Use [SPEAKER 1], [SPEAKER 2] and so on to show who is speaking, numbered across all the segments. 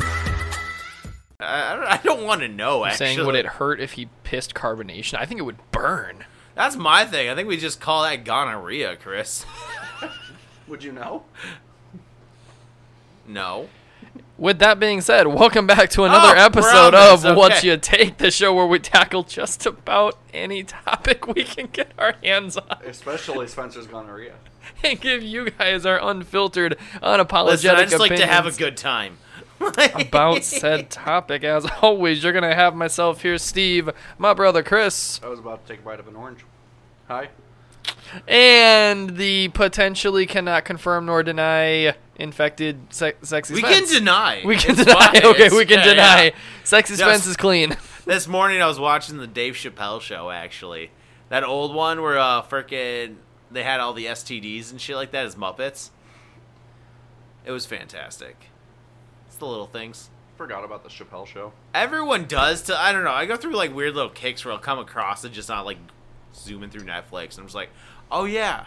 [SPEAKER 1] I I don't, I don't want to know.
[SPEAKER 2] I'm
[SPEAKER 1] Actually,
[SPEAKER 2] saying would it hurt if he pissed carbonation? I think it would burn.
[SPEAKER 1] that's my thing. I think we just call that gonorrhea, Chris.
[SPEAKER 3] Would you know?
[SPEAKER 1] No.
[SPEAKER 2] With that being said, welcome back to another
[SPEAKER 1] Oh,
[SPEAKER 2] episode
[SPEAKER 1] promise,
[SPEAKER 2] of What
[SPEAKER 1] okay.
[SPEAKER 2] You Take, the show where we tackle just about any topic we can get our hands on
[SPEAKER 3] Especially Spencer's gonorrhea.
[SPEAKER 2] and give you guys our unfiltered, unapologetic
[SPEAKER 1] Listen, I just like to have a
[SPEAKER 2] opinions
[SPEAKER 1] good time.
[SPEAKER 2] about said topic. As always, you're gonna have myself here, Steve, my brother Chris,
[SPEAKER 3] I was about to take a bite of an orange. Hi.
[SPEAKER 2] and the potentially cannot confirm nor deny infected se- sexy.
[SPEAKER 1] We
[SPEAKER 2] Spence.
[SPEAKER 1] can deny.
[SPEAKER 2] We can
[SPEAKER 1] It's
[SPEAKER 2] deny.
[SPEAKER 1] fine.
[SPEAKER 2] Okay,
[SPEAKER 1] It's-
[SPEAKER 2] we can
[SPEAKER 1] yeah,
[SPEAKER 2] deny.
[SPEAKER 1] yeah.
[SPEAKER 2] Sexy
[SPEAKER 1] Just-
[SPEAKER 2] Spence is clean.
[SPEAKER 1] This morning I was watching the Dave Chappelle show. Actually, that old one where uh, frickin' they had all the STDs and shit like that as Muppets. It was fantastic. It's the little things.
[SPEAKER 3] Forgot about the Chappelle show.
[SPEAKER 1] Everyone does to I don't know. I go through like weird little kicks where I'll come across it just not like zooming through Netflix and I'm just like, oh yeah.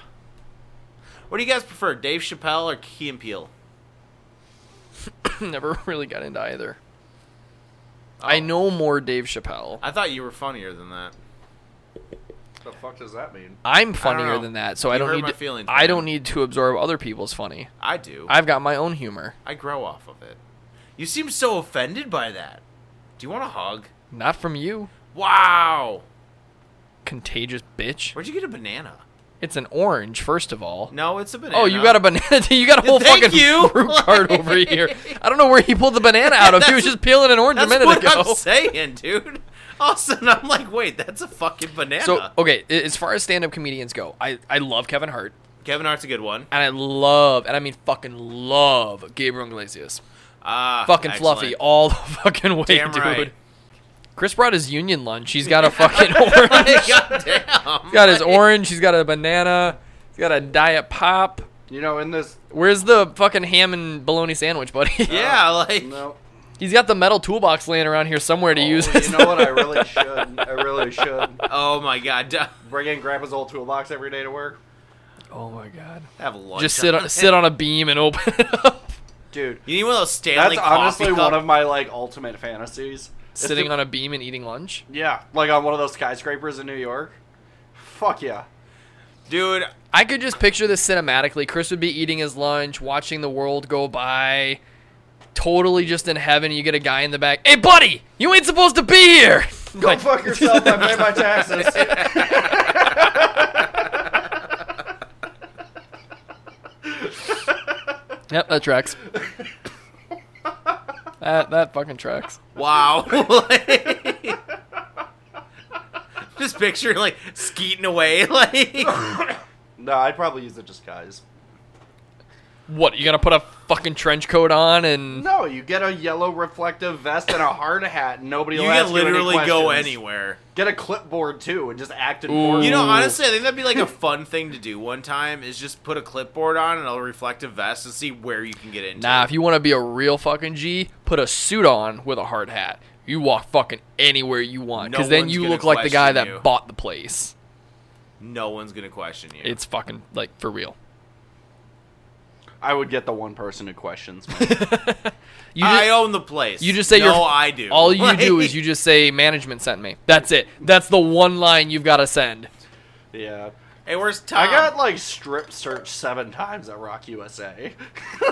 [SPEAKER 1] What do you guys prefer, Dave Chappelle or Key and Peele?
[SPEAKER 2] Never really got into either.
[SPEAKER 1] Oh.
[SPEAKER 2] I know more Dave Chappelle.
[SPEAKER 1] I thought you were funnier than that.
[SPEAKER 3] The fuck does that mean?
[SPEAKER 2] I'm funnier
[SPEAKER 1] know.
[SPEAKER 2] than that, so I
[SPEAKER 1] You
[SPEAKER 2] don't
[SPEAKER 1] hurt
[SPEAKER 2] need
[SPEAKER 1] my
[SPEAKER 2] to,
[SPEAKER 1] feelings,
[SPEAKER 2] I
[SPEAKER 1] man.
[SPEAKER 2] don't need to absorb other people's funny.
[SPEAKER 1] I do. I,
[SPEAKER 2] I've got my own humor.
[SPEAKER 1] grow off of it. You seem so offended by that. Do you want a hug?
[SPEAKER 2] Not from you,
[SPEAKER 1] Wow.
[SPEAKER 2] contagious bitch.
[SPEAKER 1] Where'd you get a banana?
[SPEAKER 2] It's an orange, first of all.
[SPEAKER 1] No, it's a banana.
[SPEAKER 2] Oh, you got a banana. you got a whole
[SPEAKER 1] Thank
[SPEAKER 2] fucking
[SPEAKER 1] you.
[SPEAKER 2] fruit card over here. I don't know where he pulled the banana out of. He was
[SPEAKER 1] That's-
[SPEAKER 2] just peeling an orange a
[SPEAKER 1] That's
[SPEAKER 2] minute
[SPEAKER 1] what
[SPEAKER 2] ago.
[SPEAKER 1] I'm saying, dude. All of a sudden, I'm like, wait, that's a fucking banana.
[SPEAKER 2] So, oh. okay, a- as far as stand-up comedians go, I, I love Kevin Hart.
[SPEAKER 1] Kevin Hart's a good one.
[SPEAKER 2] and I love, and I mean fucking love Gabriel Iglesias.
[SPEAKER 1] Ah,
[SPEAKER 2] Fucking
[SPEAKER 1] excellent.
[SPEAKER 2] fluffy all the fucking way,
[SPEAKER 1] Damn
[SPEAKER 2] dude.
[SPEAKER 1] right.
[SPEAKER 2] Chris brought his union lunch. He's got a fucking orange.
[SPEAKER 1] Hey, goddamn.
[SPEAKER 2] He's got his orange. He's got a banana. He's got a diet pop.
[SPEAKER 3] You know, in this.
[SPEAKER 2] Where's the fucking ham and bologna sandwich, buddy?
[SPEAKER 1] Yeah, like
[SPEAKER 3] No.
[SPEAKER 2] He's got the metal toolbox laying around here somewhere to
[SPEAKER 3] Oh,
[SPEAKER 2] use.
[SPEAKER 3] you know what? I really should. I really should.
[SPEAKER 1] oh my god, d-
[SPEAKER 3] Bring in Grandpa's old toolbox every day to work.
[SPEAKER 2] oh my god.
[SPEAKER 1] have lunch.
[SPEAKER 2] Just sit on sit on a beam and open it up.
[SPEAKER 3] Dude,
[SPEAKER 1] You need one of those Stanley
[SPEAKER 3] that's
[SPEAKER 1] coffee
[SPEAKER 3] honestly
[SPEAKER 1] cup-
[SPEAKER 3] one of my, like, ultimate fantasies. Is
[SPEAKER 2] Sitting
[SPEAKER 3] to-
[SPEAKER 2] on a beam and eating lunch.
[SPEAKER 3] Yeah, like on one of those skyscrapers in New York. Fuck yeah.
[SPEAKER 1] dude.
[SPEAKER 2] I could just picture this cinematically. Chris would be eating his lunch, watching the world go by, totally just in heaven. You get a guy in the back, hey buddy, you ain't supposed to be here.
[SPEAKER 3] Go fuck yourself. I paid my taxes.
[SPEAKER 2] Yep, that tracks. that that fucking tracks.
[SPEAKER 1] Wow. Just picture like skeeting away, like
[SPEAKER 3] no, I'd probably use it just guys.
[SPEAKER 2] What you gonna put a fucking trench coat on and
[SPEAKER 3] No, you get a yellow reflective vest and a hard hat, and nobody
[SPEAKER 1] you
[SPEAKER 3] will ask
[SPEAKER 1] can literally
[SPEAKER 3] any
[SPEAKER 1] go
[SPEAKER 3] questions.
[SPEAKER 1] anywhere.
[SPEAKER 3] Get a clipboard too, and just act
[SPEAKER 2] Ooh.
[SPEAKER 3] important.
[SPEAKER 1] You know,
[SPEAKER 2] Ooh.
[SPEAKER 1] honestly, I think that'd be like a fun thing to do one time. Is just put a clipboard on and a reflective vest and see where you can get into.
[SPEAKER 2] nah? If you want to be a real fucking G, put a suit on with a hard hat. You walk fucking anywhere you want,
[SPEAKER 1] No
[SPEAKER 2] because then
[SPEAKER 1] one's
[SPEAKER 2] you
[SPEAKER 1] gonna
[SPEAKER 2] look like the guy
[SPEAKER 1] question you.
[SPEAKER 2] that bought the place.
[SPEAKER 1] no one's gonna question you.
[SPEAKER 2] It's fucking like for real.
[SPEAKER 3] I would get the one person who questions me.
[SPEAKER 2] You
[SPEAKER 1] I
[SPEAKER 2] ju-
[SPEAKER 1] own the place.
[SPEAKER 2] You just say
[SPEAKER 1] no,
[SPEAKER 2] your
[SPEAKER 1] I do.
[SPEAKER 2] All you do
[SPEAKER 1] Like-
[SPEAKER 2] is you just say management sent me. That's it. That's the one line you've got to send.
[SPEAKER 3] yeah,
[SPEAKER 1] Hey, where's Tom?
[SPEAKER 3] I got like strip searched seven times at Rock USA.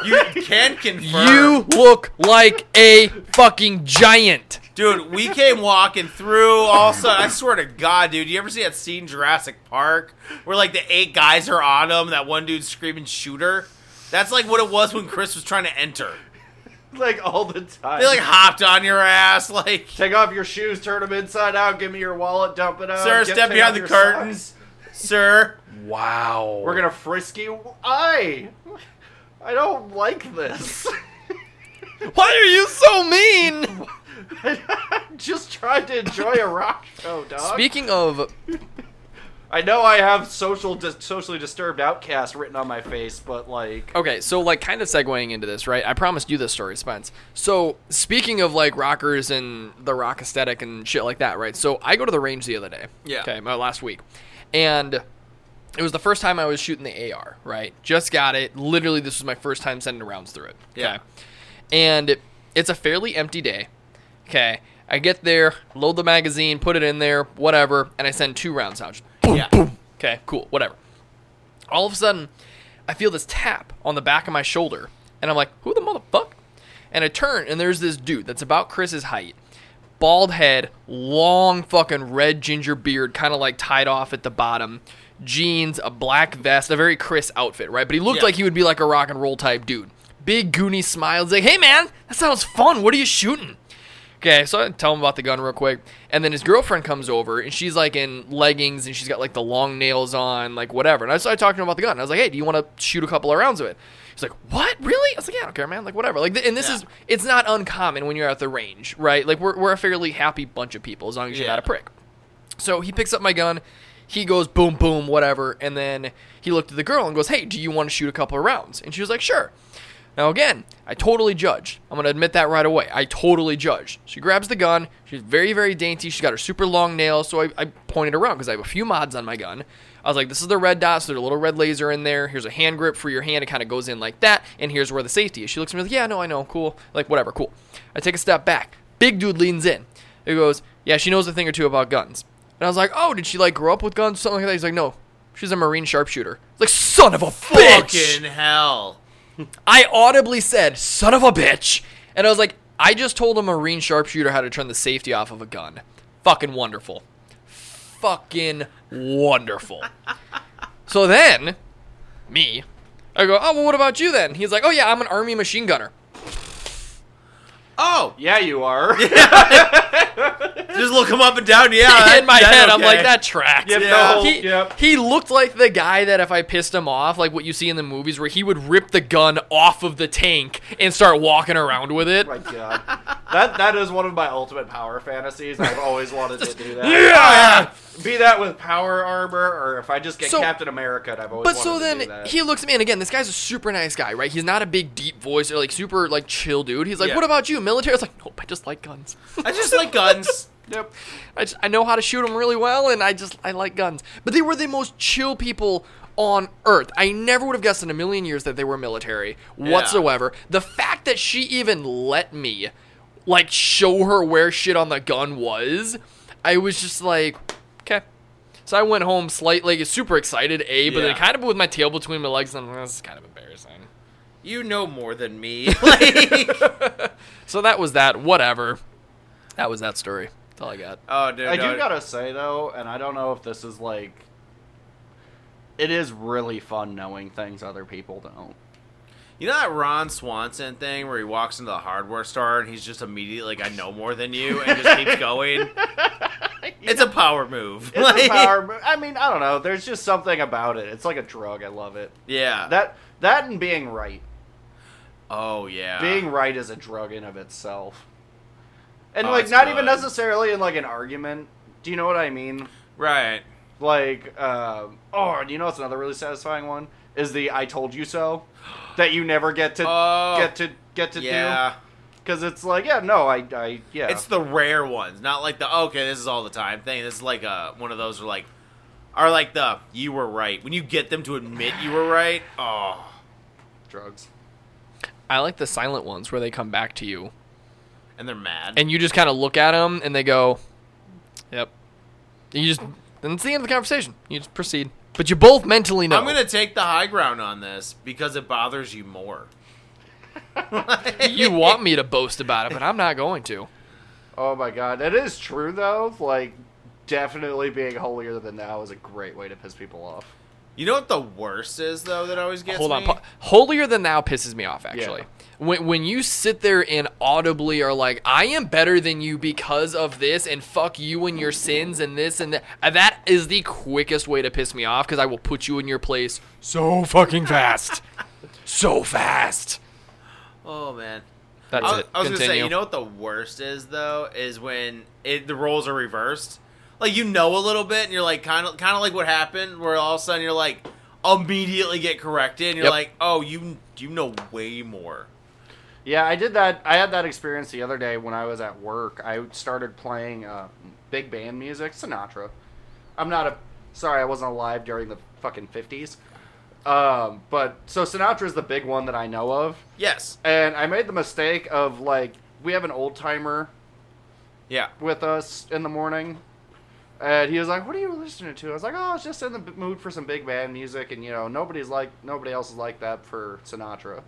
[SPEAKER 1] You can confirm.
[SPEAKER 2] You look like a fucking giant.
[SPEAKER 1] Dude, we came walking through. Also, I swear to God, dude, you ever see that scene in Jurassic Park where like the eight guys are on him, that one dude's screaming shooter? That's like what it was when Chris was trying to enter.
[SPEAKER 3] like all the time.
[SPEAKER 1] They like hopped on your ass, like
[SPEAKER 3] Take off your shoes, turn them inside out, give me your wallet, dump it out.
[SPEAKER 1] sir,
[SPEAKER 3] get-
[SPEAKER 1] step
[SPEAKER 3] take
[SPEAKER 1] behind
[SPEAKER 3] off
[SPEAKER 1] the
[SPEAKER 3] your
[SPEAKER 1] curtains,
[SPEAKER 3] socks.
[SPEAKER 1] sir.
[SPEAKER 2] Wow.
[SPEAKER 3] We're gonna frisk you. I. I don't like this.
[SPEAKER 2] Why are you so mean?
[SPEAKER 3] I just tried to enjoy a rock show, dog.
[SPEAKER 2] Speaking of,
[SPEAKER 3] I know I have social dis- socially disturbed outcast written on my face, but like
[SPEAKER 2] okay, so like kind of segueing into this, right? I promised you this story, Spence. So speaking of like rockers and the rock aesthetic and shit like that, right? So I go to the range the other day.
[SPEAKER 1] Yeah.
[SPEAKER 2] Okay, my last week, and it was the first time I was shooting the AR. Right, just got it. Literally, this was my first time sending rounds through it.
[SPEAKER 1] Yeah.
[SPEAKER 2] and it's a fairly empty day. Okay, I get there, load the magazine, put it in there, whatever, and I send two rounds out. Just boom,
[SPEAKER 1] Yeah.
[SPEAKER 2] boom. Okay, cool, whatever. All of a sudden, I feel this tap on the back of my shoulder, and I'm like, "Who the motherfuck?" And I turn, and there's this dude that's about Chris's height, bald head, long fucking red ginger beard, kind of like tied off at the bottom, jeans, a black vest, a very Chris outfit, right? But he looked
[SPEAKER 1] Yeah.
[SPEAKER 2] like he would be like a rock and roll type dude. Big goony smile. He's like, "Hey man, that sounds fun. What are you shooting?" Okay, so I tell him about the gun real quick, and then his girlfriend comes over, and she's like in leggings, and she's got like the long nails on, like whatever. And I started talking to him about the gun. I was like, "Hey, do you want to shoot a couple of rounds of it?" He's like, "What? Really?" I was like, "Yeah, I don't care, man. Like whatever." Like, th- and this
[SPEAKER 1] Yeah.
[SPEAKER 2] is it's not uncommon when you're at the range, right? Like we're we're a fairly happy bunch of people as long as you're not a
[SPEAKER 1] Yeah.
[SPEAKER 2] prick. So he picks up my gun, he goes boom, boom, whatever, and then he looked at the girl and goes, Hey, do you want to shoot a couple of rounds? And she was like, Sure. Now again, I totally judged. I'm gonna admit that right away. I totally judged. She grabs the gun, she's very, very dainty, she's got her super long nails, so I, I pointed around because I have a few mods on my gun. I was like, this is the red dot, so there's a little red laser in there. Here's a hand grip for your hand, it kind of goes in like that, and here's where the safety is. She looks at me like, yeah, no, I know, cool. Like, whatever, cool. I take a step back. Big dude leans in. He goes, Yeah, she knows a thing or two about guns. And I was like, Oh, did she like grow up with guns? Something like that. He's like, No, she's a Marine sharpshooter. Like, son of a bitch.
[SPEAKER 1] Fucking hell.
[SPEAKER 2] I audibly said, Son of a bitch. And I was like, I just told a Marine sharpshooter how to turn the safety off of a gun. Fucking wonderful. Fucking wonderful. so then, me, I go, Oh, well, what about you then? He's like, Oh, yeah, I'm an Army machine gunner.
[SPEAKER 1] Oh,
[SPEAKER 3] yeah, you are.
[SPEAKER 1] just look him up and down. Yeah,
[SPEAKER 2] in my
[SPEAKER 1] Uh, that-
[SPEAKER 2] head, I'm
[SPEAKER 1] okay.
[SPEAKER 2] like, that tracks.
[SPEAKER 3] Yep,
[SPEAKER 1] Yeah.
[SPEAKER 3] no,
[SPEAKER 2] he,
[SPEAKER 3] yep.
[SPEAKER 2] he looked like the guy that if I pissed him off, like what you see in the movies, where he would rip the gun off of the tank and start walking around with it.
[SPEAKER 3] Oh my god, that that is one of my ultimate power fantasies. I've always wanted to do that.
[SPEAKER 2] Yeah.
[SPEAKER 3] Be that with power armor, or if I just get
[SPEAKER 2] So-
[SPEAKER 3] Captain America, I've always.
[SPEAKER 2] But
[SPEAKER 3] wanted
[SPEAKER 2] so
[SPEAKER 3] to do
[SPEAKER 2] then
[SPEAKER 3] that.
[SPEAKER 2] he looks at me, and again, this guy's a super nice guy, right? He's not a big deep voice or like super like chill dude. He's like,
[SPEAKER 1] Yeah.
[SPEAKER 2] "What about you, military?" I was like, "Nope, I just like guns.
[SPEAKER 1] I just like guns.
[SPEAKER 3] Yep.
[SPEAKER 2] I, just, I know how to shoot them really well, and I just I like guns." But they were the most chill people on earth. I never would have guessed in a million years that they were military whatsoever. The fact that she even let me like show her where shit on the gun was, I was just like, okay. So I went home slightly super excited, a, but then
[SPEAKER 1] Yeah.
[SPEAKER 2] kind of with my tail between my legs, and I'm like, this is kind of embarrassing.
[SPEAKER 1] You know more than me. Like,
[SPEAKER 2] So that was that. Whatever. That was that story. That's all I got.
[SPEAKER 1] oh, dude.
[SPEAKER 3] I
[SPEAKER 1] no.
[SPEAKER 3] do gotta say though, and I don't know if this is like. It is really fun knowing things other people don't.
[SPEAKER 1] You know that Ron Swanson thing where he walks into the hardware store and he's just immediately like, "I know more than you," and just keeps going. It's a power move.
[SPEAKER 3] It's a
[SPEAKER 1] Like,
[SPEAKER 3] power. mo- I mean, I don't know. There's just something about it. It's like a drug. I love it.
[SPEAKER 1] Yeah.
[SPEAKER 3] That that and being right.
[SPEAKER 1] oh yeah.
[SPEAKER 3] being right is a drug in of itself. And
[SPEAKER 1] Oh,
[SPEAKER 3] like
[SPEAKER 1] it's
[SPEAKER 3] not
[SPEAKER 1] good.
[SPEAKER 3] even necessarily in like an argument. Do you know what I mean?
[SPEAKER 1] right.
[SPEAKER 3] Like uh, oh, and you know what's another really satisfying one is the I told you so that you never get to
[SPEAKER 1] Oh.
[SPEAKER 3] get to get to
[SPEAKER 1] yeah.
[SPEAKER 3] do cuz it's like yeah, no, I I yeah.
[SPEAKER 1] It's the rare ones, not like the okay, this is all the time thing. This is like a one of those are like are like the you were right. When you get them to admit you were right, oh
[SPEAKER 3] drugs.
[SPEAKER 2] I like the silent ones where they come back to you
[SPEAKER 1] and they're mad.
[SPEAKER 2] and you just kind of look at them and they go, "Yep." And you just then it's the end of the conversation. You just proceed, but you both mentally know.
[SPEAKER 1] I'm gonna take the high ground on this because it bothers you more.
[SPEAKER 2] you want me to boast about it, but I'm not going to.
[SPEAKER 3] Oh my god. It is true though. Like definitely being holier than thou is a great way to piss people off.
[SPEAKER 1] You know what the worst is though that always gets
[SPEAKER 2] Hold on,
[SPEAKER 1] me?
[SPEAKER 2] pa- holier than thou pisses me off. Actually,
[SPEAKER 3] Yeah.
[SPEAKER 2] when when you sit there and audibly are like, "I am better than you because of this," and fuck you and your sins and this and that, uh, that is the quickest way to piss me off because I will put you in your place so fucking fast,
[SPEAKER 1] so fast. Oh man.
[SPEAKER 2] That's
[SPEAKER 1] I,
[SPEAKER 2] it.
[SPEAKER 1] I was gonna say,
[SPEAKER 2] Continue.
[SPEAKER 1] you know what the worst is though is when it, the roles are reversed. Like you know a little bit, and you're like kind of kind of like what happened, where all of a sudden you're like immediately get corrected, and you're
[SPEAKER 2] Yep.
[SPEAKER 1] like, oh, you you know way more.
[SPEAKER 3] Yeah, I did that. I had that experience the other day when I was at work. I started playing uh, big band music, Sinatra. I'm not a. Sorry, I wasn't alive during the fucking 50s. Um, but so Sinatra is the big one that I know of,
[SPEAKER 1] Yes.
[SPEAKER 3] and I made the mistake of like we have an old timer
[SPEAKER 1] Yeah.
[SPEAKER 3] with us in the morning. And he was like, "What are you listening to?" I was like, "Oh, I was just in the b- mood for some big band music, and you know, nobody's like nobody else is like that for Sinatra.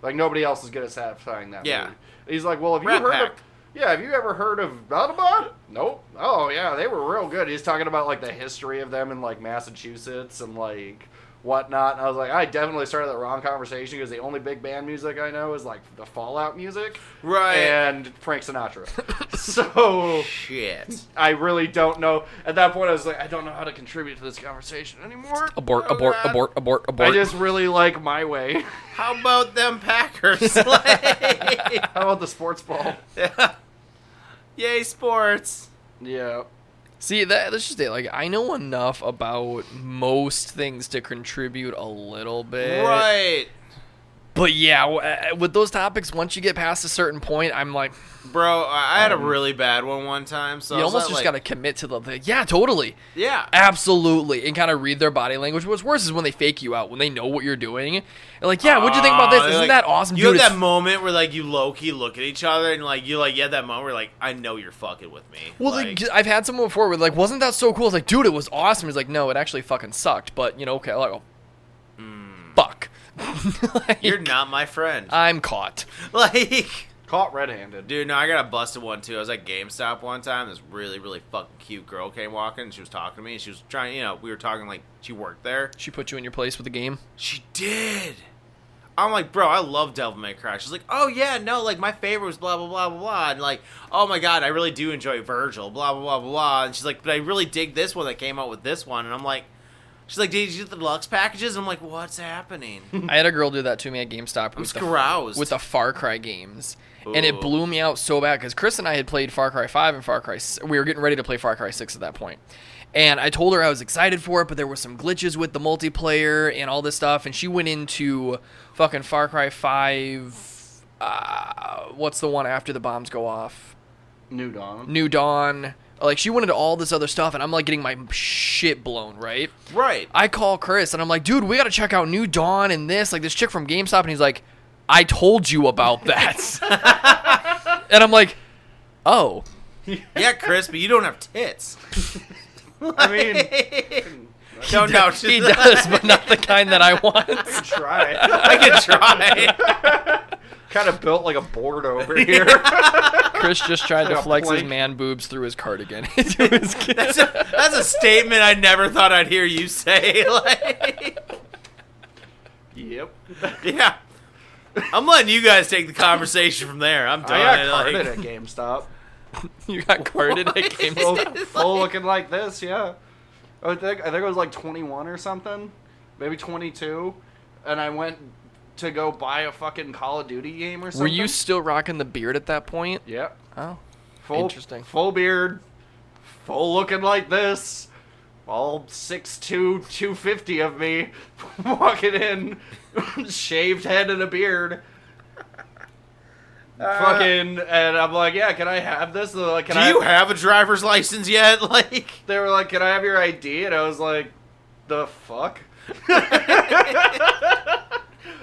[SPEAKER 3] Like nobody else is good at satisfying that."
[SPEAKER 1] Yeah.
[SPEAKER 3] mood." He's like, "Well, have
[SPEAKER 1] Rat
[SPEAKER 3] you heard
[SPEAKER 1] Pack.
[SPEAKER 3] of? Yeah, have you ever heard of Audubon? Nope. Oh yeah, they were real good. He's talking about like the history of them in like Massachusetts and like whatnot. And I was like, I definitely started the wrong conversation because the only big band music I know is like the Fallout music,
[SPEAKER 1] Right.
[SPEAKER 3] And Frank Sinatra. so
[SPEAKER 1] Shit.
[SPEAKER 3] I really don't know. At that point, I was like, I don't know how to contribute to this conversation anymore.
[SPEAKER 2] Abort,
[SPEAKER 1] Oh,
[SPEAKER 2] abort,
[SPEAKER 1] God.
[SPEAKER 2] abort, abort, abort.
[SPEAKER 3] I just really like my way.
[SPEAKER 1] How about them Packers? Like-
[SPEAKER 3] How about the sports ball?
[SPEAKER 1] Yay sports.
[SPEAKER 3] Yeah.
[SPEAKER 2] See that that's just it. Like I know enough about most things to contribute a little bit.
[SPEAKER 1] Right.
[SPEAKER 2] But yeah, w- uh, with those topics, once you get past a certain point, I'm like,
[SPEAKER 1] Bro, I I had a really bad one one time, so
[SPEAKER 2] Um, you
[SPEAKER 1] I was
[SPEAKER 2] almost
[SPEAKER 1] at,
[SPEAKER 2] just
[SPEAKER 1] like,
[SPEAKER 2] gotta commit to the thing. Yeah, totally,
[SPEAKER 1] Yeah.
[SPEAKER 2] absolutely, and kind of read their body language. What's worse is when they fake you out when they know what you're doing. And like, yeah, what'd you think about
[SPEAKER 1] Aw,
[SPEAKER 2] this?
[SPEAKER 1] they're
[SPEAKER 2] Isn't
[SPEAKER 1] Uh, Ah,
[SPEAKER 2] that
[SPEAKER 1] like-
[SPEAKER 2] awesome,
[SPEAKER 1] You
[SPEAKER 2] dude?
[SPEAKER 1] have
[SPEAKER 2] It's
[SPEAKER 1] that moment where like you low key look at each other and like you like you have that moment where like I know you're fucking with me.
[SPEAKER 2] Well,
[SPEAKER 1] like,
[SPEAKER 2] like, I've had someone before where like, wasn't that so cool? It's like, dude, it was awesome. He's like, no, it actually fucking sucked. But you know, okay, like, oh, fuck, Like,
[SPEAKER 1] Hmm. you're not my friend.
[SPEAKER 2] I'm caught.
[SPEAKER 1] like,
[SPEAKER 3] Caught red-handed.
[SPEAKER 1] dude, no, I got a busted one too. I was at GameStop one time. This really really fucking cute girl came walking. and She was talking to me. And she was trying, you know, we were talking like she worked there.
[SPEAKER 2] She put you in your place with the game.
[SPEAKER 1] She did. I'm like, bro, I love Devil May Cry. She's like, oh yeah, no, like my favorite was blah blah blah blah blah, and like, oh my god, I really do enjoy Virgil, blah blah blah blah. And she's like, but I really dig this one that came out with this one, and I'm like, she's like, did you get the deluxe packages? I'm like, what's happening?
[SPEAKER 2] I had a girl do that to me at GameStop
[SPEAKER 1] I'm
[SPEAKER 2] with the,
[SPEAKER 1] groused.
[SPEAKER 2] with the Far Cry games, and
[SPEAKER 1] Ooh.
[SPEAKER 2] it blew me out so bad because Chris and I had played Far Cry Five and Far Cry. s- We were getting ready to play Far Cry Six at that point, and I told her I was excited for it, but there were some glitches with the multiplayer and all this stuff, and she went into fucking Far Cry Five. Uh, what's the one after the bombs go off?
[SPEAKER 3] New Dawn.
[SPEAKER 2] New Dawn. Like she went into all this other stuff, and I'm like getting my shit blown right.
[SPEAKER 1] right.
[SPEAKER 2] I call Chris and I'm like, dude, we gotta check out New Dawn and this, like this chick from GameStop, and he's like, I told you about that. and I'm like, oh,
[SPEAKER 1] yeah, Chris, but you don't have tits.
[SPEAKER 3] I mean,
[SPEAKER 1] no, no,
[SPEAKER 2] he
[SPEAKER 1] she
[SPEAKER 2] does, but not the kind that I want.
[SPEAKER 3] try.
[SPEAKER 1] I can try.
[SPEAKER 3] kind of built like a board over here.
[SPEAKER 2] Chris just tried to
[SPEAKER 3] Like a
[SPEAKER 2] flex his
[SPEAKER 3] plank.
[SPEAKER 2] man boobs through his cardigan. into his kid.
[SPEAKER 1] That's a, that's a statement I never thought I'd hear you say. Like,
[SPEAKER 3] yep.
[SPEAKER 1] yeah. I'm letting you guys take the conversation from there. I'm done.
[SPEAKER 3] I got
[SPEAKER 1] Like-
[SPEAKER 3] carded at GameStop.
[SPEAKER 2] you got carded at GameStop.
[SPEAKER 3] full, full looking like this, yeah. I think I think it was like 21 or something, maybe 22, and I went to go buy a fucking Call of Duty game or something.
[SPEAKER 2] Were you still rocking the beard at that point?
[SPEAKER 3] Yep.
[SPEAKER 2] Oh,
[SPEAKER 3] Full,
[SPEAKER 2] Interesting.
[SPEAKER 3] Full beard, full looking like this. All 6'2", 250 of me walking in, shaved head and a beard. fucking, and I'm like, yeah, can I have this? And they're like, can
[SPEAKER 1] Do
[SPEAKER 3] I
[SPEAKER 1] you have a driver's license yet? Like,
[SPEAKER 3] they were like, "Can I have your ID?" And I was like, "The fuck."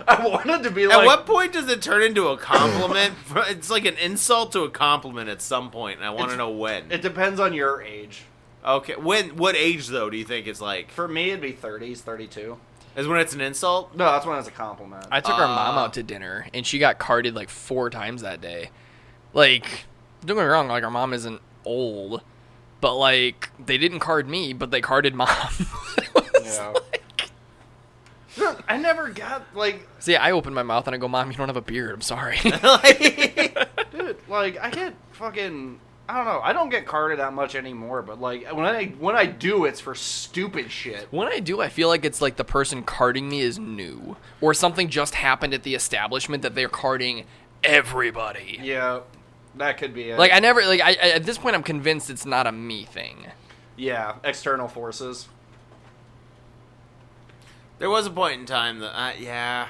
[SPEAKER 3] I wanted to be
[SPEAKER 1] at
[SPEAKER 3] like,
[SPEAKER 1] what point does it turn into a compliment? it's like an insult to a compliment at some point, and I want to
[SPEAKER 3] It's-
[SPEAKER 1] know when.
[SPEAKER 3] It depends on your age.
[SPEAKER 1] okay, when? What age though? Do you think it's like?
[SPEAKER 3] For me, it'd be thirties, thirty-two.
[SPEAKER 1] Is when it's an insult?
[SPEAKER 3] No, that's when it's a compliment.
[SPEAKER 2] I took our mom
[SPEAKER 1] Uh.
[SPEAKER 2] out to dinner, and she got carded like four times that day. Like, don't get me wrong, like our mom isn't old, but like they didn't card me, but they carded mom. It was
[SPEAKER 3] Yeah.
[SPEAKER 2] like-
[SPEAKER 3] Look, I never got like,
[SPEAKER 2] See, I opened my mouth and I go, "Mom, you don't have a beard. I'm sorry."
[SPEAKER 1] Like-
[SPEAKER 3] dude, like I get fucking I don't know. I don't get carded that much anymore, but like when I when I do, it's for stupid shit.
[SPEAKER 2] When I do, I feel like it's like the person carding me is new, or something just happened at the establishment that they're carding everybody.
[SPEAKER 3] Yeah, that could be it.
[SPEAKER 2] Like I never like I, I at this point I'm convinced it's not a me thing.
[SPEAKER 3] yeah, external forces.
[SPEAKER 1] There was a point in time that, I yeah.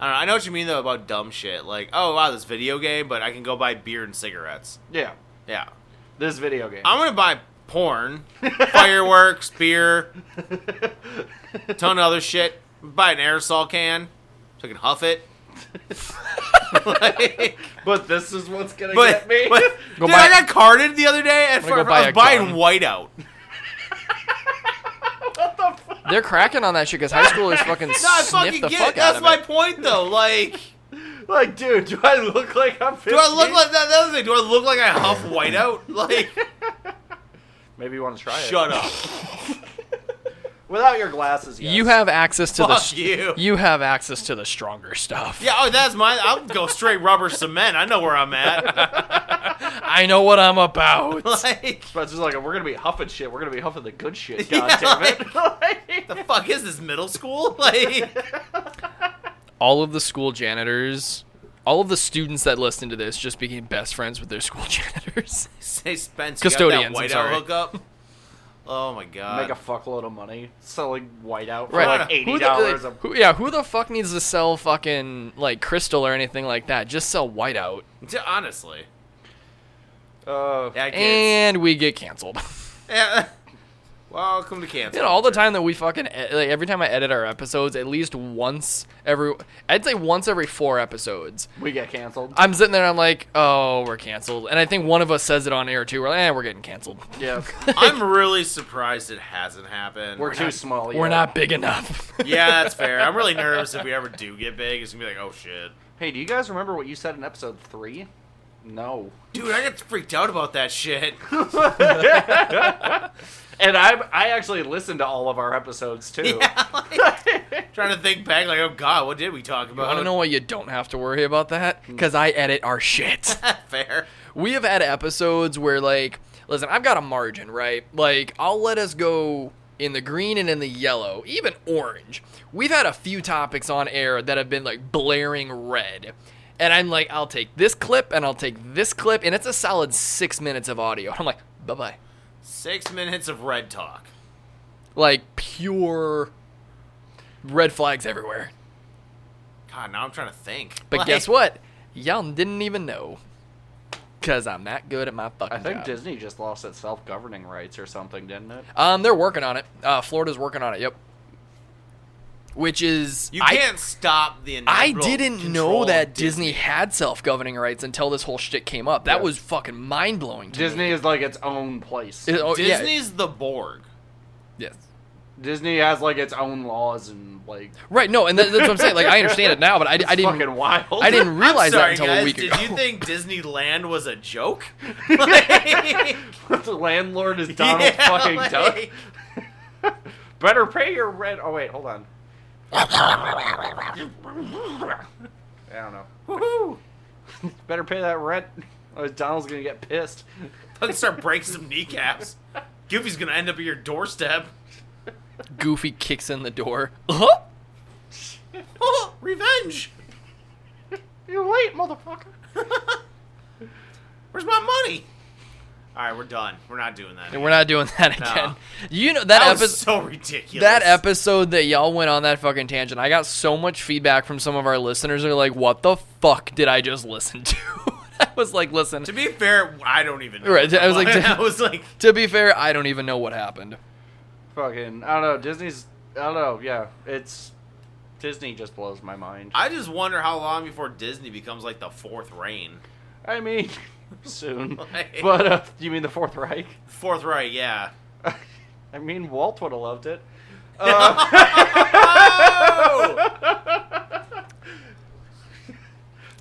[SPEAKER 1] I don't know. I know what you mean though about dumb shit. Like, oh wow, this video game, but I can go buy beer and cigarettes.
[SPEAKER 3] Yeah,
[SPEAKER 1] Yeah,
[SPEAKER 3] this video game.
[SPEAKER 1] I'm gonna buy porn, fireworks, beer, ton of other shit. Buy an aerosol can so I can huff it. Like-
[SPEAKER 3] but this is what's gonna
[SPEAKER 1] but,
[SPEAKER 3] get me.
[SPEAKER 1] but
[SPEAKER 2] Go
[SPEAKER 1] dude,
[SPEAKER 2] buy-
[SPEAKER 1] I got carded the other day at
[SPEAKER 2] I'm gonna
[SPEAKER 1] for,
[SPEAKER 2] go buy
[SPEAKER 1] I
[SPEAKER 2] a
[SPEAKER 1] was buying
[SPEAKER 2] gun.
[SPEAKER 1] whiteout.
[SPEAKER 2] They're cracking on that shit because high schoolers fucking
[SPEAKER 1] No, I
[SPEAKER 2] sniff
[SPEAKER 1] fucking
[SPEAKER 2] the
[SPEAKER 1] get
[SPEAKER 2] fuck
[SPEAKER 1] it.
[SPEAKER 2] out
[SPEAKER 1] That's
[SPEAKER 2] of
[SPEAKER 1] my
[SPEAKER 2] it.
[SPEAKER 1] point though. Like,
[SPEAKER 3] like, dude, do I look like I'm? 50?
[SPEAKER 1] do I look like that? That's the thing. Do I look like I huff whiteout? Like,
[SPEAKER 3] Maybe you want to try it.
[SPEAKER 1] shut up.
[SPEAKER 3] Without your glasses, yes.
[SPEAKER 2] You have access to the
[SPEAKER 1] Fuck
[SPEAKER 2] s-
[SPEAKER 1] you.
[SPEAKER 2] You have access to the stronger stuff.
[SPEAKER 1] Yeah, oh, that's mine. I'll go straight rubber cement. I know where I'm at.
[SPEAKER 2] I know what I'm about.
[SPEAKER 1] Like,
[SPEAKER 3] But it's just like we're gonna be huffing shit. We're gonna be huffing the good shit.
[SPEAKER 1] Yeah,
[SPEAKER 3] God damn it! Like-
[SPEAKER 1] the fuck is this middle school? Like,
[SPEAKER 2] all of the school janitors, all of the students that listen to this just became best friends with their school janitors.
[SPEAKER 1] say Spence,
[SPEAKER 2] Custodians,
[SPEAKER 1] you
[SPEAKER 2] I'm
[SPEAKER 1] got that
[SPEAKER 2] sorry.
[SPEAKER 1] whiteout hookup. Oh my god.
[SPEAKER 3] make a fuckload of money selling whiteout for
[SPEAKER 2] Right.
[SPEAKER 3] like
[SPEAKER 1] Who
[SPEAKER 3] eighty
[SPEAKER 2] Who the-
[SPEAKER 3] dollars.
[SPEAKER 2] like, who- yeah, who the fuck needs to sell fucking like crystal or anything like that? Just sell whiteout,
[SPEAKER 1] D- Honestly,
[SPEAKER 3] Uh,
[SPEAKER 1] yeah, kids.
[SPEAKER 2] and we get canceled.
[SPEAKER 1] Yeah. Welcome to Kansas.
[SPEAKER 2] you know, all the time that we fucking e- like every time I edit our episodes, at least once every, I'd say once every four episodes,
[SPEAKER 3] we get canceled.
[SPEAKER 2] I'm sitting there and I'm like, oh, we're canceled, and I think one of us says it on air too. We're like, eh, we're getting canceled.
[SPEAKER 3] yeah,
[SPEAKER 1] I'm really surprised it hasn't happened.
[SPEAKER 3] we're too small.
[SPEAKER 2] We're
[SPEAKER 3] yeah.
[SPEAKER 2] not big enough.
[SPEAKER 1] yeah, that's fair. I'm really nervous if we ever do get big. It's gonna be like, oh shit,
[SPEAKER 3] Hey, do you guys remember what you said in episode three? No.
[SPEAKER 1] dude, I get freaked out about that shit.
[SPEAKER 3] And I I actually listened to all of our episodes too.
[SPEAKER 1] Yeah, like, trying to think back, like, oh god, what did we talk about?
[SPEAKER 2] I don't know why you don't have to worry about that because I edit our shit.
[SPEAKER 1] fair.
[SPEAKER 2] we have had episodes where, like, listen, I've got a margin, right? Like, I'll let us go in the green and in the yellow, even orange. We've had a few topics on air that have been, like, blaring red. And I'm like, I'll take this clip and I'll take this clip. And it's a solid six minutes of audio. I'm like, bye bye.
[SPEAKER 1] Six minutes of red talk.
[SPEAKER 2] Like, pure red flags everywhere.
[SPEAKER 1] God, now I'm trying to think.
[SPEAKER 2] But
[SPEAKER 1] Like,
[SPEAKER 2] guess what? Y'all didn't even know. Cause I'm that good at my fucking
[SPEAKER 3] I think
[SPEAKER 2] job.
[SPEAKER 3] Disney just lost its self governing rights or something, didn't it?
[SPEAKER 2] um, they're working on it. Uh, Florida's working on it. Yep. Which is
[SPEAKER 1] You
[SPEAKER 2] I-
[SPEAKER 1] can't stop the.
[SPEAKER 2] I
[SPEAKER 1] inevitable
[SPEAKER 2] didn't know
[SPEAKER 1] control
[SPEAKER 2] that
[SPEAKER 1] of
[SPEAKER 2] Disney, had self-governing rights until this whole shit came up. That
[SPEAKER 3] Yeah.
[SPEAKER 2] was fucking mind-blowing. To
[SPEAKER 3] Disney
[SPEAKER 2] me.
[SPEAKER 3] is like its own place.
[SPEAKER 2] It- oh, yeah.
[SPEAKER 1] Disney's the Borg.
[SPEAKER 2] Yes.
[SPEAKER 3] Disney has like its own laws and like
[SPEAKER 2] Right. No, and that, that's what I'm saying. Like I understand it now, but I, I
[SPEAKER 3] it's
[SPEAKER 2] didn't.
[SPEAKER 3] fucking wild.
[SPEAKER 2] I didn't
[SPEAKER 1] I'm
[SPEAKER 2] realize
[SPEAKER 1] sorry,
[SPEAKER 2] that until
[SPEAKER 1] guys,
[SPEAKER 2] a week
[SPEAKER 1] did
[SPEAKER 2] ago.
[SPEAKER 1] you think Disneyland was a joke? Like,
[SPEAKER 3] the landlord is Donald
[SPEAKER 1] yeah,
[SPEAKER 3] fucking
[SPEAKER 1] like,
[SPEAKER 3] Duck. Better pay your rent. Oh wait, hold on. I don't know.
[SPEAKER 1] Woohoo!
[SPEAKER 3] Better pay that rent. Or Donald's gonna get pissed.
[SPEAKER 1] Fucking start breaking some kneecaps. Goofy's gonna end up at your doorstep.
[SPEAKER 2] Goofy kicks in the door.
[SPEAKER 1] Oh, revenge!
[SPEAKER 3] You're late, motherfucker.
[SPEAKER 1] Where's my money? All right, we're done. We're not doing that.
[SPEAKER 2] We're not doing that
[SPEAKER 1] No.
[SPEAKER 2] again. You know that,
[SPEAKER 1] that
[SPEAKER 2] episode.
[SPEAKER 1] was so ridiculous.
[SPEAKER 2] That episode that y'all went on that fucking tangent, I got so much feedback from some of our listeners. They're like, "What the fuck did I just listen to?" I was like, "Listen."
[SPEAKER 1] To be fair, I don't even. Know
[SPEAKER 2] Right, I was like-
[SPEAKER 1] I was like,
[SPEAKER 2] To be fair, I don't even know what happened.
[SPEAKER 3] Fucking, I don't know. Disney's, I don't know. Yeah, it's Disney just blows my mind.
[SPEAKER 1] I just wonder how long before Disney becomes like the fourth reign.
[SPEAKER 3] I mean, soon.
[SPEAKER 1] Like-
[SPEAKER 3] But uh, you mean the Fourth Reich?
[SPEAKER 1] Fourth right, yeah.
[SPEAKER 3] I mean, Walt would have loved it. Uh,
[SPEAKER 1] Oh!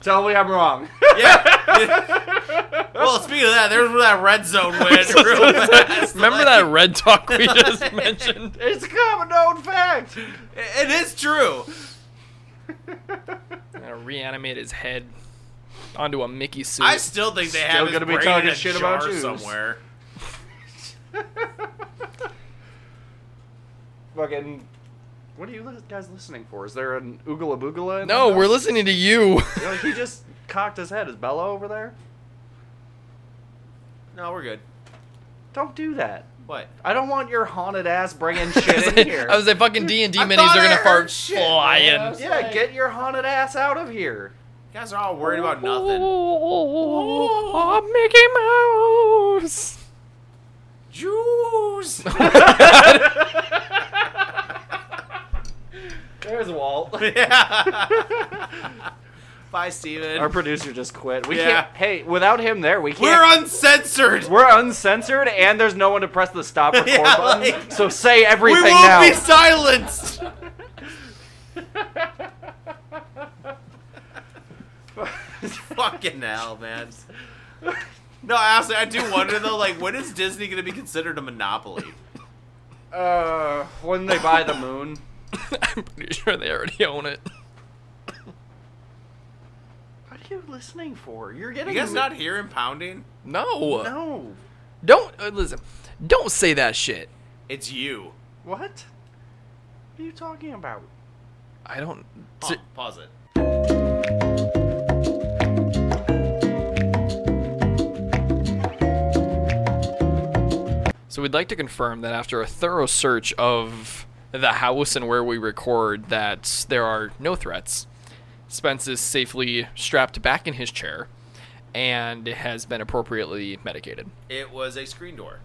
[SPEAKER 3] Tell me I'm wrong.
[SPEAKER 1] yeah. well, speaking of that, there's where that red zone went. real fast.
[SPEAKER 2] Remember that red talk we just mentioned?
[SPEAKER 3] it's a common known fact.
[SPEAKER 1] It is true.
[SPEAKER 2] I'm gonna reanimate his head. onto a Mickey suit.
[SPEAKER 1] I still think they have
[SPEAKER 3] Still
[SPEAKER 1] his
[SPEAKER 3] gonna be
[SPEAKER 1] brain
[SPEAKER 3] talking
[SPEAKER 1] in a
[SPEAKER 3] shit
[SPEAKER 1] jar
[SPEAKER 3] about Jews.
[SPEAKER 1] somewhere.
[SPEAKER 3] Fucking. What are you li- guys listening for? Is there an oogla boogla? in
[SPEAKER 2] no,
[SPEAKER 3] the
[SPEAKER 2] we're
[SPEAKER 3] house?
[SPEAKER 2] listening to you.
[SPEAKER 3] You know, he just cocked his head. Is Bella over there?
[SPEAKER 1] No, we're good.
[SPEAKER 3] Don't do that.
[SPEAKER 1] What?
[SPEAKER 3] I don't want your haunted ass bringing
[SPEAKER 2] I was
[SPEAKER 3] shit in
[SPEAKER 2] like-
[SPEAKER 3] here.
[SPEAKER 2] I was like, fucking D and D
[SPEAKER 1] I
[SPEAKER 2] minis
[SPEAKER 1] thought
[SPEAKER 2] are
[SPEAKER 1] I
[SPEAKER 2] gonna
[SPEAKER 1] heard
[SPEAKER 2] fart
[SPEAKER 1] shit,
[SPEAKER 2] flying.
[SPEAKER 1] man.
[SPEAKER 3] yeah, get your haunted ass out of here.
[SPEAKER 1] You guys are all worried about nothing.
[SPEAKER 2] Oh, Mickey Mouse.
[SPEAKER 1] Jews.
[SPEAKER 3] There's Walt.
[SPEAKER 1] Yeah. Bye, Steven.
[SPEAKER 3] Our producer just quit. We
[SPEAKER 1] Yeah.
[SPEAKER 3] can't. Hey, without him there, we can't.
[SPEAKER 1] We're uncensored.
[SPEAKER 3] We're uncensored, and there's no one to press the stop record
[SPEAKER 1] Yeah,
[SPEAKER 3] button.
[SPEAKER 1] like-
[SPEAKER 3] so say
[SPEAKER 1] we
[SPEAKER 3] everything
[SPEAKER 1] won't
[SPEAKER 3] now.
[SPEAKER 1] be silenced. Fucking hell, man. No, honestly, I do wonder though. Like, when is Disney going to be considered a monopoly?
[SPEAKER 3] uh, when they buy the moon.
[SPEAKER 2] I'm pretty sure they already own it.
[SPEAKER 3] What are you listening for? You're getting.
[SPEAKER 1] You guys not hear him pounding?
[SPEAKER 2] No.
[SPEAKER 3] No.
[SPEAKER 2] Don't uh, listen. Don't say that shit.
[SPEAKER 1] It's you.
[SPEAKER 3] What? What are you talking about?
[SPEAKER 2] I don't.
[SPEAKER 1] Pa- pause it.
[SPEAKER 2] So we'd like to confirm that after a thorough search of the house and where we record, that there are no threats. Spence is safely strapped back in his chair, and has been appropriately medicated.
[SPEAKER 1] It was a screen door.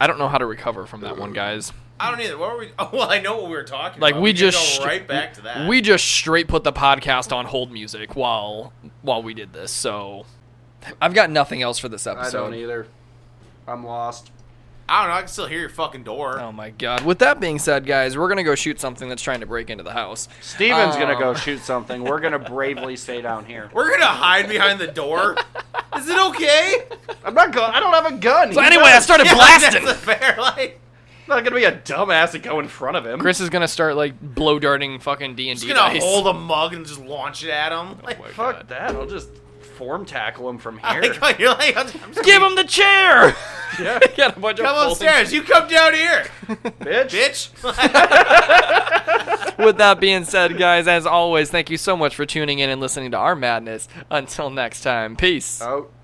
[SPEAKER 2] I don't know how to recover from that one, guys.
[SPEAKER 1] I don't either. What were we? Oh, well, I know what we were talking
[SPEAKER 2] Like
[SPEAKER 1] about.
[SPEAKER 2] we
[SPEAKER 1] could
[SPEAKER 2] just
[SPEAKER 1] go right back to that.
[SPEAKER 2] We just straight put the podcast on hold music while while we did this. So I've got nothing else for this episode.
[SPEAKER 3] either. I'm lost.
[SPEAKER 1] I don't know. I can still hear your fucking door.
[SPEAKER 2] Oh my god. With that being said, guys, we're gonna go shoot something that's trying to break into the house.
[SPEAKER 3] Steven's gonna go
[SPEAKER 2] Um.
[SPEAKER 3] shoot something. We're gonna bravely stay down here.
[SPEAKER 1] We're gonna hide behind the door. Is it okay?
[SPEAKER 3] I'm not going. I don't have a gun.
[SPEAKER 2] So
[SPEAKER 3] He
[SPEAKER 2] anyway, I
[SPEAKER 3] does.
[SPEAKER 2] started
[SPEAKER 1] Yeah,
[SPEAKER 2] blasting.
[SPEAKER 1] That's fair. Like,
[SPEAKER 3] I'm not gonna be a dumbass and go in front of him.
[SPEAKER 2] Chris is gonna start like blow darting fucking D and
[SPEAKER 1] just
[SPEAKER 2] D
[SPEAKER 1] gonna
[SPEAKER 2] dice. Oh
[SPEAKER 1] hold a mug and just launch it at him. Like,
[SPEAKER 2] my
[SPEAKER 3] Fuck
[SPEAKER 2] God.
[SPEAKER 3] that. I'll just form tackle him from here.
[SPEAKER 1] like, you're like, I'm just, I'm just
[SPEAKER 2] Give him the chair.
[SPEAKER 3] yeah,
[SPEAKER 2] Got a bunch of
[SPEAKER 1] come
[SPEAKER 2] folding-
[SPEAKER 1] upstairs. You come down here, bitch.
[SPEAKER 3] bitch.
[SPEAKER 2] With that being said, guys, as always, thank you so much for tuning in and listening to our madness. Until next time, peace.
[SPEAKER 3] Out.